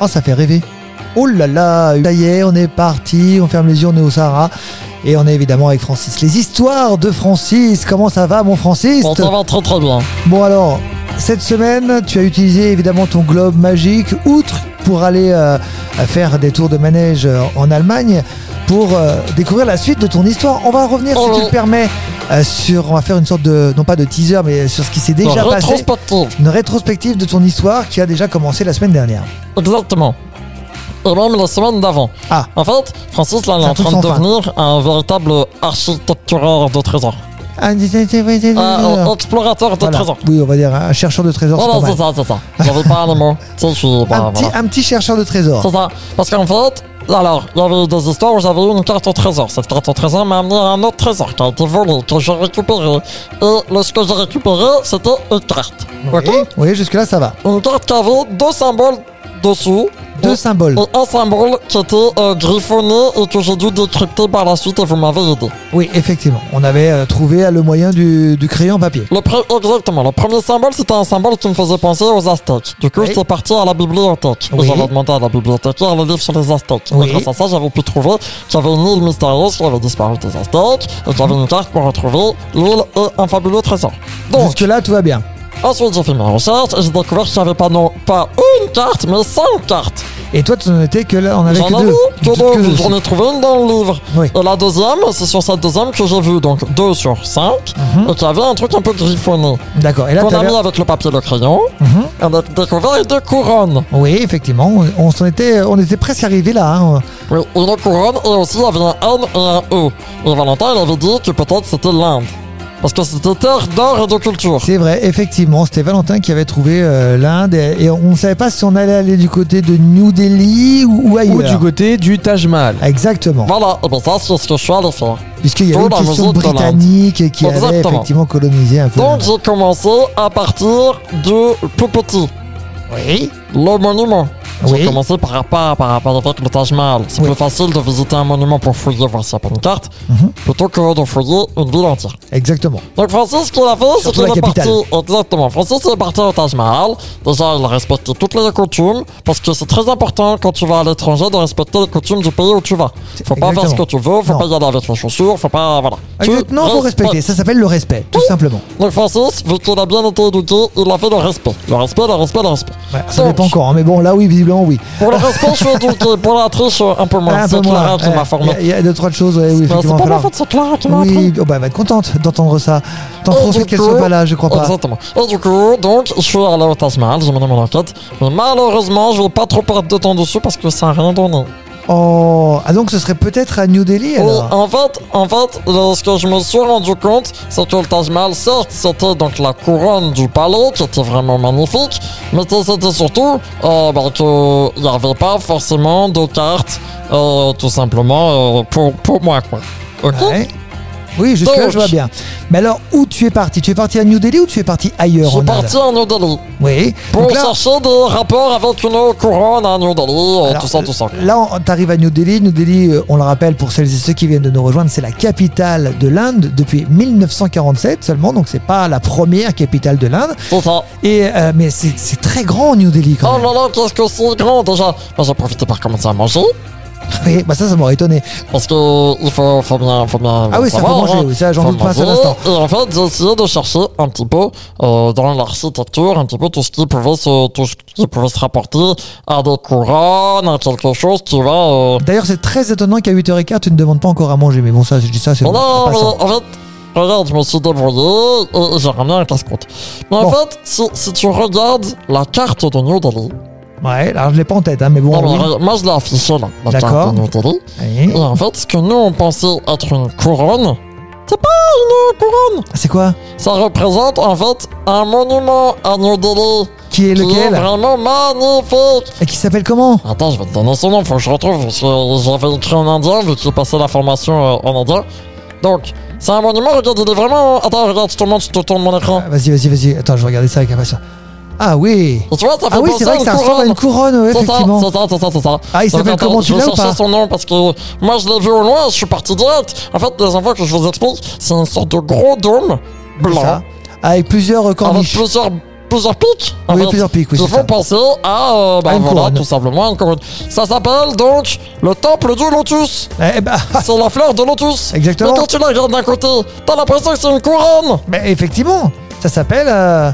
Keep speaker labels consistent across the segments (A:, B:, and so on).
A: Oh, ça fait rêver. Oh là là, ça y est, on est parti, on ferme les yeux, on est au Sahara. Et on est évidemment avec Francis. Les histoires de Francis, comment ça va mon Francis
B: On s'en va trop trop loin.
A: Bon alors, cette semaine, tu as utilisé évidemment ton globe magique, outre pour aller euh, faire des tours de manège euh, en Allemagne, pour euh, découvrir la suite de ton histoire. On va revenir,
B: Oh
A: si tu
B: non.
A: le permets, euh, sur, on va faire une sorte de, non pas de teaser, mais sur ce qui s'est déjà
B: Dans
A: passé.
B: Rétrospective.
A: Une rétrospective de ton histoire qui a déjà commencé la semaine dernière.
B: Exactement. Et même la semaine d'avant.
A: Ah.
B: En fait, Francis, là, il
A: C'est
B: est
A: un
B: en
A: truc
B: train de
A: sans fin.
B: devenir un véritable architectureur de trésors.
A: Ah,
B: Euh, Un explorateur de
A: Voilà.
B: trésors.
A: Oui, on va dire un chercheur de trésors. c'est
B: Voilà,
A: pas
B: c'est
A: mal.
B: ça, c'est ça. J'avais pas les mots. Tu sais, je suis. Oh, bah,
A: Un petit,
B: voilà.
A: un petit chercheur de trésors.
B: C'est ça. Parce qu'en fait, alors, il y avait des histoires où j'avais eu une carte au trésor. Cette carte au trésor m'a amené à un autre trésor qui a été volé, que j'ai récupéré. Et le- ce que j'ai récupéré, c'était une carte. Ok
A: Oui, oui, jusque-là, ça va.
B: Une carte qui avait deux symboles dessous.
A: Deux
B: Et-
A: symboles.
B: Et un symbole qui était euh, griffonné et que j'ai dû décrypter par la suite et vous m'avez aidé.
A: Oui, effectivement. On avait euh, trouvé euh, le moyen du, du crayon papier.
B: Le pre- Exactement, le premier symbole c'était un symbole qui me faisait penser aux Aztèques. Du coup,
A: Oui.
B: j'étais parti à la bibliothèque. Et
A: Oui.
B: J'avais demandé à la bibliothécaire le livre sur les Aztèques.
A: Oui.
B: Et grâce à ça, j'avais pu trouver qu'il y avait une île mystérieuse qui avait disparu des Aztèques et qu'il y avait une carte pour retrouver l'île et un fabuleux trésor. Donc,
A: Jusque-là, tout va bien.
B: ensuite j'ai fait mes recherches et j'ai découvert qu'il n'y avait pas, non, pas une carte, mais cinq cartes.
A: Et toi, tu n'en étais que là, on avait
B: J'en
A: que
B: ai
A: deux.
B: vu que
A: Que
B: deux,
A: deux,
B: j'en ai trouvé une dans le livre.
A: Oui.
B: Et la deuxième, c'est sur cette deuxième que j'ai vu, donc 2 sur 5,
A: Mhm.
B: et qui avait un truc un peu griffonné.
A: D'accord. Et là,
B: Qu'on
A: tu
B: a mis avec le papier et le crayon,
A: Mhm.
B: on a découvert une couronne.
A: Oui, effectivement. On, on s'en était, on était presque arrivé là. hein.
B: Oui, une couronne, et aussi il y avait un N et un E. Et Valentin, il avait dit que peut-être c'était l'Inde. Parce que c'était terre d'or et de culture.
A: C'est vrai, effectivement. C'était Valentin qui avait trouvé euh, l'Inde et, et on ne savait pas si on allait aller du côté de New Delhi ou, ou ailleurs.
C: Ou du côté du Taj Mahal.
A: Exactement.
B: Voilà, et bien ça, c'est ce que je suis allé faire.
A: Puisqu'il y avait
B: Pour
A: une
B: la
A: question
B: raison de l'Inde.
A: britannique qui avait
B: Exactement.
A: effectivement colonisé un peu.
B: Donc
A: l'Inde.
B: j'ai commencé à partir du plus petit.
A: Oui.
B: Le monument.
A: Oui.
B: J'ai commencé par rapport, par rapport avec le Taj Mahal. C'est
A: Oui.
B: plus facile de visiter un monument pour fouiller, voir s'il n'y a pas une carte,
A: Mhm.
B: plutôt que de fouiller une ville entière.
A: Exactement.
B: Donc Francis, ce qu'il a fait, c'est
A: Surtout
B: qu'il
A: la
B: est parti.
A: capitale.
B: Exactement. Francis il est parti au Taj Mahal. Déjà, il a respecté toutes les coutumes, parce que c'est très important quand tu vas à l'étranger de respecter les coutumes du pays où tu vas. Faut pas faire ce que
A: Exactement.
B: tu veux, faut
A: Non.
B: pas y aller avec les chaussures, faut pas. Voilà. Tu
A: Exact- Non, faut
B: respectes.
A: respecter. Ça s'appelle le respect, tout simplement.
B: Donc Francis, vu qu'il a bien été éduqué, il a fait le respect. Le respect, le respect, le respect.
A: Ouais, ça
B: Donc,
A: dépend quand, hein, mais bon, là oui, visiblement oui.
B: Pour le respect, je suis éduqué. Pour la triche, un peu moins.
A: Ah, un
B: C'est
A: peu moins,
B: Clara qui
A: ouais.
B: m'a formé.
A: Il y, a- il y a deux, trois choses, ouais, oui,
B: Bah,
A: effectivement.
B: c'est pas
A: falloir-
B: ma faute, c'est Clara qui m'a Oh, appris.
A: Oui, oh, bah, elle va être contente d'entendre ça. T'en
B: Et
A: profites
B: du
A: qu'elle
B: coup-
A: soit pas là, je crois pas.
B: Exactement. Et du coup, donc, je suis allé au Taj Mahal, j'ai mené mon enquête. Mais malheureusement, je vais pas trop perdre de temps dessus parce que ça n'a rien donné.
A: Oh, ah donc ce serait peut-être à New Delhi
B: Et
A: alors.
B: Oh, en fait, en fait, euh, ce que je me suis rendu compte, c'est que le Taj Mahal, certes, c'était donc la couronne du palais qui était vraiment magnifique, mais que c'était surtout euh, bah, qu'il n'y avait pas forcément de carte, euh, tout simplement, euh, pour, pour moi, quoi. Ok
A: Ouais. Oui, jusque là
B: Donc-
A: je vois bien. Mais alors où tu es parti Tu es parti à New Delhi ou tu es parti
B: Je
A: ailleurs en
B: suis
A: Inde
B: parti à New Delhi
A: Oui.
B: pour
A: Donc là,
B: chercher des rapports avec une couronne à New Delhi, euh,
A: alors,
B: tout ça, tout ça. quoi.
A: Là, on- t'arrives à New Delhi. New Delhi, euh, on le rappelle pour celles et ceux qui viennent de nous rejoindre, c'est la capitale de l'Inde depuis 1947 seulement, donc c'est pas la première capitale de l'Inde.
B: C'est ça.
A: Et euh, mais c'est c'est très grand New Delhi quand
B: Oh
A: même.
B: là là, qu'est-ce que c'est grand déjà Moi j'ai profité par commencer à manger,
A: Oui, bah ça, ça m'aurait étonné.
B: parce que il faut, faut bien, faut bien
A: Ah oui, ça
B: savoir,
A: faut manger,
B: hein.
A: oui, ça, j'en
B: Faut
A: doute pas un seul
B: manger.
A: instant.
B: Et en fait, j'ai essayé de chercher un petit peu euh, dans l'architecture, un petit peu tout ce qui pouvait se, tout ce qui pouvait se rapporter à des couronnes, à quelque chose qui va... Euh...
A: D'ailleurs, c'est très étonnant qu'à 8h15, tu ne demandes pas encore à manger. Mais bon, ça, je dis ça, c'est
B: Oh Non,
A: en
B: mais
A: passant.
B: euh, en fait, regarde, je me suis débrouillé et j'ai ramené un casse-croûte. Mais en
A: Bon.
B: fait, si, si tu regardes la carte de New Delhi,
A: Ouais, alors je l'ai pas en tête, hein, mais bon.
B: non, mais
A: oui.
B: regarde, moi je l'ai affichée là, la
A: D'accord.
B: carte de New Delhi,
A: Oui.
B: Et en fait, ce que nous on pensait être une couronne, c'est pas une couronne.
A: C'est quoi
B: Ça représente en fait un monument à New Delhi.
A: Qui est
B: qui est
A: lequel
B: vraiment magnifique.
A: Et qui s'appelle comment
B: Attends, je vais te donner son nom, faut que je retrouve, parce que j'avais écrit en indien, vu que j'ai passé la formation euh, en indien. Donc, c'est un monument, regarde, il est vraiment... Attends, regarde, je te montre, je te tourne mon écran.
A: Ah, Vas-y, vas-y, vas-y. Attends, je vais regarder ça avec impatience. Ah oui
B: Et tu vois, ça fait
A: Ah oui,
B: penser
A: c'est
B: à
A: vrai que
B: une
A: ça ressemble à
B: couronne.
A: une couronne, ouais,
B: C'est ça,
A: effectivement.
B: c'est ça, c'est ça, c'est ça.
A: Ah, il s'appelle
B: Donc, attends,
A: comment, tu
B: je vais
A: l'as ou
B: chercher
A: pas
B: son nom parce que moi je l'ai vu au loin, je suis parti direct. En fait, les infos que je vous explique, c'est une sorte de gros dôme
A: C'est
B: blanc
A: ça. Avec plusieurs euh,
B: avec
A: corniches.
B: plusieurs plusieurs pics. en
A: Oui,
B: fait,
A: plusieurs pics, oui,
B: Qui
A: c'est
B: font
A: ça.
B: penser à, euh, bah,
A: À une
B: voilà,
A: couronne.
B: tout simplement, une couronne. Ça s'appelle donc le temple du lotus.
A: Eh ben,
B: C'est la fleur de lotus.
A: Exactement.
B: Mais quand tu la regardes d'un côté, t'as l'impression que c'est une couronne.
A: mais effectivement, ça s'appelle. euh,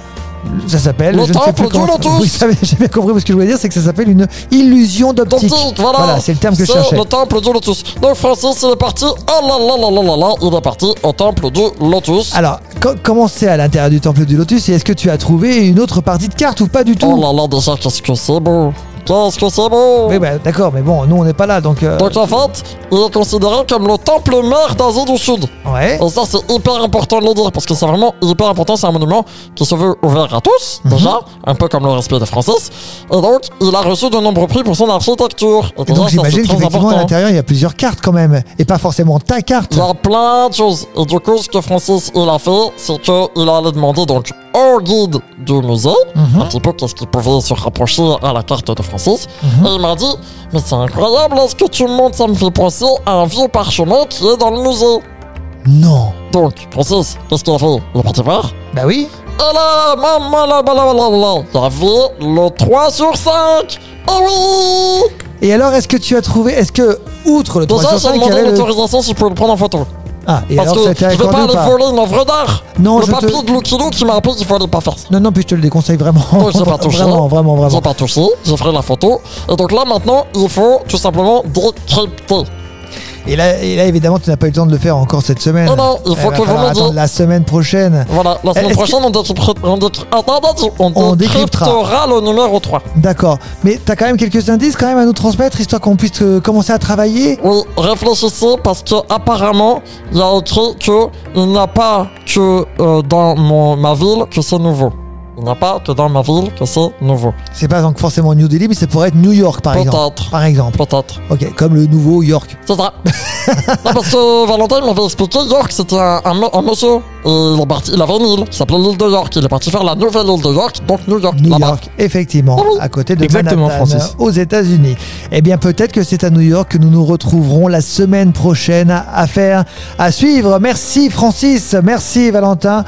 A: ça s'appelle.
B: Le
A: je ne sais
B: temple
A: plus
B: du
A: comment-
B: lotus.
A: Oui, ça, j'ai bien compris parce que je voulais dire, c'est que ça s'appelle une illusion d'optique.
B: D'optique, voilà.
A: c'est le terme que je
B: C'est
A: cherchais.
B: le temple du lotus. Donc Francis, il est parti. Oh là là là là là là, il est parti au temple du lotus.
A: Alors, co- comment c'est à l'intérieur du temple du Lotus et est-ce que tu as trouvé une autre partie de carte ou pas du
B: Oh
A: tout
B: là là, déjà, qu'est-ce que c'est beau. Qu'est-ce que c'est beau.
A: Oui, bah, d'accord, mais bon, nous on n'est pas là donc. euh,
B: Donc en fait, il est considéré comme le temple mère d'Asie du Sud.
A: ouais.
B: Et ça, c'est hyper important de le dire parce que c'est vraiment hyper important. C'est un monument qui se veut ouvert à tous,
A: Mhm.
B: déjà, un peu comme le respect de Francis. Et donc, il a reçu de nombreux prix pour son architecture. Et
A: Et donc
B: déjà, oh, ça, c'est
A: j'imagine
B: très
A: qu'effectivement à
B: important. hein.
A: l'intérieur il y a plusieurs cartes quand même et pas forcément ta carte.
B: Il y a plein de choses. Et du coup, ce que Francis il a fait, c'est qu'il allait demander donc au guide du musée
A: Mhm.
B: un petit peu qu'est-ce qui pouvait se rapprocher à la carte de Francis.
A: Mhm.
B: Et il m'a dit Mais c'est incroyable, est-ce que tu me montres Ça me fait penser à un vieux parchemin qui est dans le musée.
A: Non.
B: Donc, Francis, qu'est-ce qu'il a fait Il est parti voir.
A: Bah oui.
B: Et là, maman, là, là, là, là, là, il y avait le 3 sur 5. Ah oui
A: Et alors est-ce que tu as trouvé est-ce que outre le 3
B: Déjà,
A: sur
B: j'ai
A: 5 il y
B: demandé
A: avait le-
B: l'autorisation si je pouvais le prendre en photo.
A: Ah et
B: Parce
A: alors ça a
B: que
A: été
B: je vais
A: accordé
B: pas
A: ou
B: aller
A: pas
B: voler une œuvre d'art.
A: Non,
B: le
A: je
B: papier
A: te-
B: de Lucky Luke qui m'a appris qu'il fallait pas faire ça.
A: Non non puis je te le déconseille vraiment.
B: Moi, j'ai pas touché.
A: vraiment vraiment
B: J'ai
A: vraiment.
B: pas touché, j'ai pris la photo. Et donc là, maintenant, il faut tout simplement décrypter.
A: Et là, et là évidemment tu n'as pas eu le temps de le faire encore cette semaine.
B: Non, non, il
A: Eh,
B: faut
A: va
B: que vous
A: falloir
B: me
A: attendre
B: dites.
A: la semaine prochaine.
B: Voilà, la semaine
A: Est-ce
B: prochaine, on, décryptera, on, décry- attends, attends, on
A: On décryptera.
B: décryptera le numéro 3.
A: D'accord. Mais t'as quand même quelques indices quand même à nous transmettre histoire qu'on puisse euh, commencer à travailler.
B: Oui, réfléchissez parce que apparemment, il y a écrit que il n'y a pas que euh, dans mon, ma ville que c'est nouveau. Il n'y a pas que dans ma ville que c'est nouveau.
A: C'est pas donc forcément New Delhi mais ça pourrait être New York par exemple.
B: Peut-être.
A: Par exemple.
B: Peut-être.
A: Ok, comme le nouveau York.
B: C'est ça. non, parce que Valentin m'avait expliqué York, c'était un, un, mo- un monsieur. Et il, est parti, il avait une île qui s'appelait l'île de York. Il est parti faire la nouvelle île de York, donc New York.
A: New
B: là-bas.
A: York, effectivement,
B: Ah oui.
A: à côté de
C: Exactement,
A: Manhattan,
C: Francis.
A: aux États-Unis. Eh bien, peut-être que c'est à New York que nous nous retrouverons la semaine prochaine à à faire, à suivre. Merci Francis, merci Valentin.